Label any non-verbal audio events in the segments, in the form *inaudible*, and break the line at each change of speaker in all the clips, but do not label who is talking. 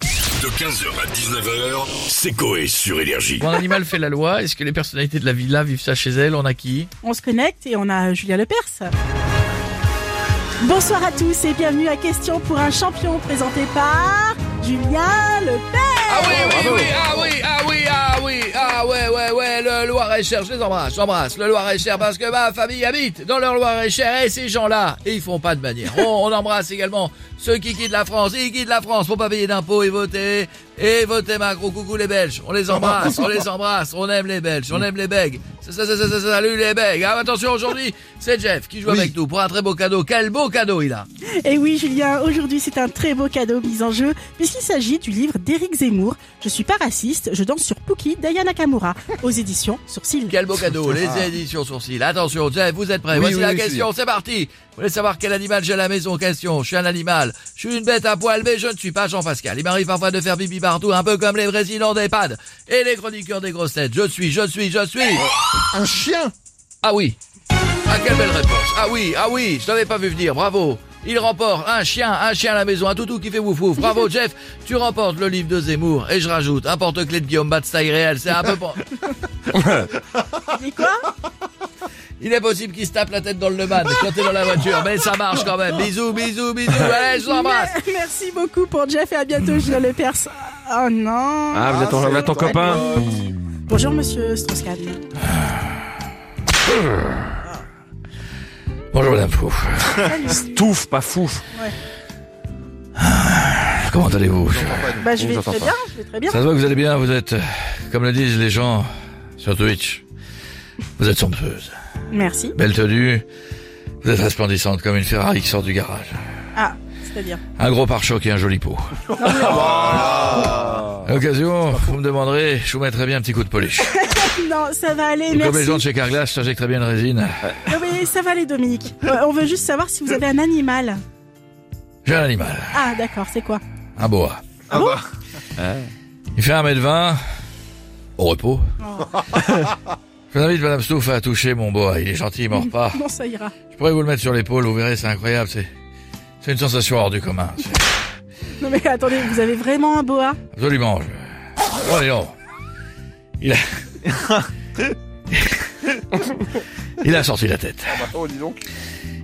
De 15h à 19h, c'est Coé sur Énergie.
Mon animal fait la loi. Est-ce que les personnalités de la villa vivent ça chez elles On a qui
On se connecte et on a Julien Lepers. Bonsoir à tous et bienvenue à Question pour un champion présenté par Julien Lepers.
Ah oui, oui, oui, ah oui, ah oui, ah oui, ah ouais, ouais, ouais, le Loir-et-Cher, je les embrasse, j'embrasse le Loir-et-Cher parce que ma famille habite dans leur Loir-et-Cher et ces gens-là, ils font pas de manière. On, on embrasse également ceux qui quittent la France, ils quittent la France pour pas payer d'impôts et voter, et voter Macron, coucou les Belges, on les embrasse, on les embrasse, on aime les Belges, on aime les Bègues. Ça, ça, ça, ça, ça, Salut les Bègues. Ah, attention, aujourd'hui, c'est Jeff qui joue avec nous pour un très beau cadeau. Quel beau cadeau il a
Ah.
Et oui Julien, aujourd'hui c'est un très beau cadeau mis en jeu puisqu'il s'agit du livre d'Éric Zemmour, Je suis pas raciste, je danse sur Pookie d'Aya Nakamura aux éditions Sourcil.
Quel
*laughs*
beau cadeau, les éditions sourcils. Attention, Jeff, vous êtes prêts.
Ah. Oui,
Voici
oui,
la
oui,
question, c'est parti. Vous voulez savoir quel animal j'ai à la maison Question, je suis un animal. Je suis une bête à poil, mais je ne suis pas Jean-Pascal. Il m'arrive parfois de faire bibi partout, un peu comme les présidents d'EHPAD et les chroniqueurs des grosses têtes. Je suis, je suis, je suis.
Un chien
Ah oui. Ah, quelle belle réponse. Ah oui, ah oui, je t'avais pas vu venir, bravo. Il remporte un chien, un chien à la maison, un toutou qui fait wouf wouf. Bravo
*laughs*
Jeff, tu remportes le livre de Zemmour. Et je rajoute un porte-clés de Guillaume Batstaille réel, c'est
*laughs*
un peu... pen-
Et quoi
*laughs*
Il est possible qu'il se tape la tête dans le leman quand t'es dans la voiture, mais ça marche quand même. Bisous, bisous, bisous. Allez, je t'embrasse.
Merci beaucoup pour Jeff et à bientôt Julien Lepers. Oh non.
Ah, vous êtes ton, vous êtes ton copain
Bonjour monsieur Strauss-Kahn.
Bonjour Madame Fouf.
Touffe, pas fou.
Comment allez-vous
Bah je
On
vais
vous entend
très
pas.
bien, je vais très bien.
Ça se voit que vous allez bien. Vous êtes, euh, comme le disent les gens sur Twitch, vous êtes somptueuse,
Merci.
belle tenue. Vous êtes resplendissante comme une Ferrari qui sort du garage.
Ah, c'est-à-dire.
Un gros pare-choc et un joli pot. À l'occasion, vous me demanderez, je vous mettrai bien un petit coup de polish.
Non, ça va aller,
Et comme les
merci.
gens de chez Carglass, je t'injecterai bien de résine.
Ah Oui, ça va aller, Dominique. Euh, On veut juste savoir si vous avez un animal.
J'ai un animal,
Ah, d'accord, c'est quoi
un boa.
Ah bon
Il fait 1m20 au repos. *laughs* Je vous invite Madame Stouff à toucher mon boa. Il est gentil, il mord
*laughs*
pas.
Non, ça ira.
Je pourrais vous le mettre sur l'épaule, vous verrez, c'est incroyable. C'est, c'est une sensation hors du commun. C'est
Non, mais attendez, vous avez vraiment un boa *laughs*
absolument. je- Oh, et non. Il a. *laughs* Il a sorti la tête.
Oh, dis donc.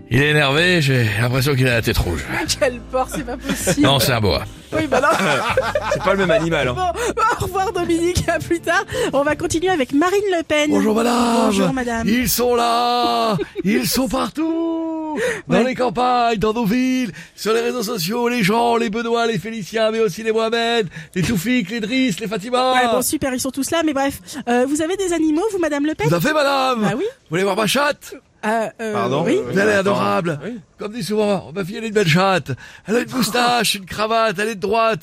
Il est énervé, j'ai l'impression qu'il a la tête rouge.
Quel porc, c'est pas possible.
Non, c'est un boa.
Oui, bah non. *laughs*
C'est pas le même animal. hein.
Bon, au revoir, Dominique, à plus tard. On va continuer avec Marine Le Pen.
Bonjour madame.
Bonjour madame.
Ils sont là. Ils sont partout. Dans
Ouais.
les campagnes, dans nos villes, sur les réseaux sociaux, les gens, les Benoît, les Félicien, mais aussi les Mohamed, les Toufik, les Driss, les Fatima.
Ouais, bon, super, ils sont tous là, mais bref. Euh, vous avez des animaux, vous, madame Le Pen
Tout à fait, madame.
Bah oui.
Vous voulez voir ma chatte
Euh, euh,
Pardon
Oui.
Oui.
Elle est
attends.
adorable.
Oui.
Comme dit souvent, ma fille, elle est une belle chatte. Elle a une moustache, une cravate, elle est de
*laughs*
droite.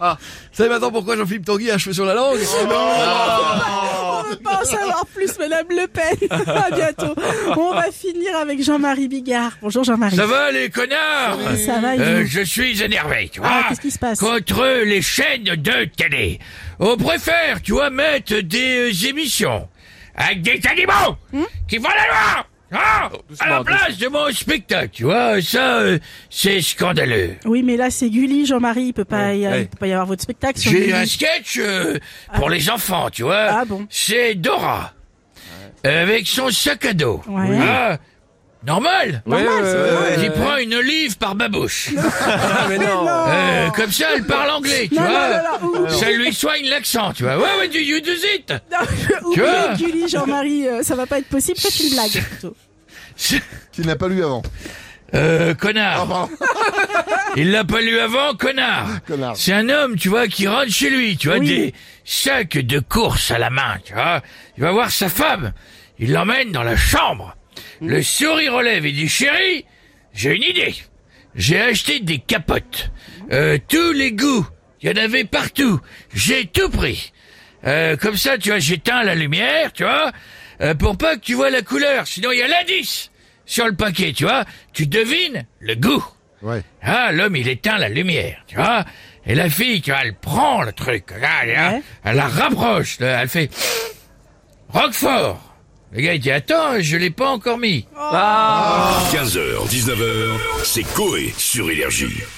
ah, vous savez maintenant pourquoi Jean-Philippe Tanguy a un cheveu sur la langue
Oh, On veut pas en savoir plus, madame Le Pen. *laughs* à bientôt. On va finir avec Jean-Marie Bigard. Bonjour, Jean-Marie.
Ça va les connards
Ah, Ça va, il
Euh,
est-
Je suis énervé, tu vois.
Ah, qu'est-ce qui se passe
Contre les chaînes de télé. On préfère, tu vois, mettre des euh, émissions avec des animaux
Hmm
qui font la loi hein, à la place de mon spectacle, tu vois, ça, euh, c'est scandaleux.
Oui, mais là, c'est Gulli, Jean-Marie. Il peut pas, y, il peut pas y avoir votre spectacle. sur
J'ai
Gulli.
un sketch euh, pour les enfants, tu vois.
Ah bon
C'est Dora. Avec son sac à dos.
Ouais.
Ah, normal.
Normal, c'est normal.
J'y prends une olive par ma bouche.
Ah, mais non.
Euh, comme ça, elle parle anglais, tu
Non,
vois.
non, non, non,
Ça lui soigne l'accent, tu vois. Ouais, ouais, do you do it?
non.
Tu vois
Oubliez Gulli, Jean-Marie, euh, ça va pas être possible. Faites une blague, plutôt.
Tu ne l'as pas lu avant. Ah,
Euh, connard. Il l'a pas lu avant, connard.
Connard.
C'est un homme, tu vois, qui rentre chez lui, tu vois,
Oui.
des sacs de course à la main, tu vois. Il va voir sa femme. Il l'emmène dans la chambre. Le sourire relève et dit, chérie, j'ai une idée. J'ai acheté des capotes. Euh, tous les goûts. Il y en avait partout. J'ai tout pris. Euh, comme ça, tu vois, j'éteins la lumière, tu vois, euh, pour pas que tu vois la couleur. Sinon, il y a l'indice sur le paquet, tu vois. Tu devines le goût.
Ouais.
Ah, l'homme, il éteint la lumière, tu vois. Et la fille, tu vois, elle prend le truc. Regarde, hein,
Ouais.
elle la rapproche. là, Elle fait Roquefort. Le gars, il dit, attends, je l'ai pas encore mis.
15h, 19h, c'est Coé sur Énergie.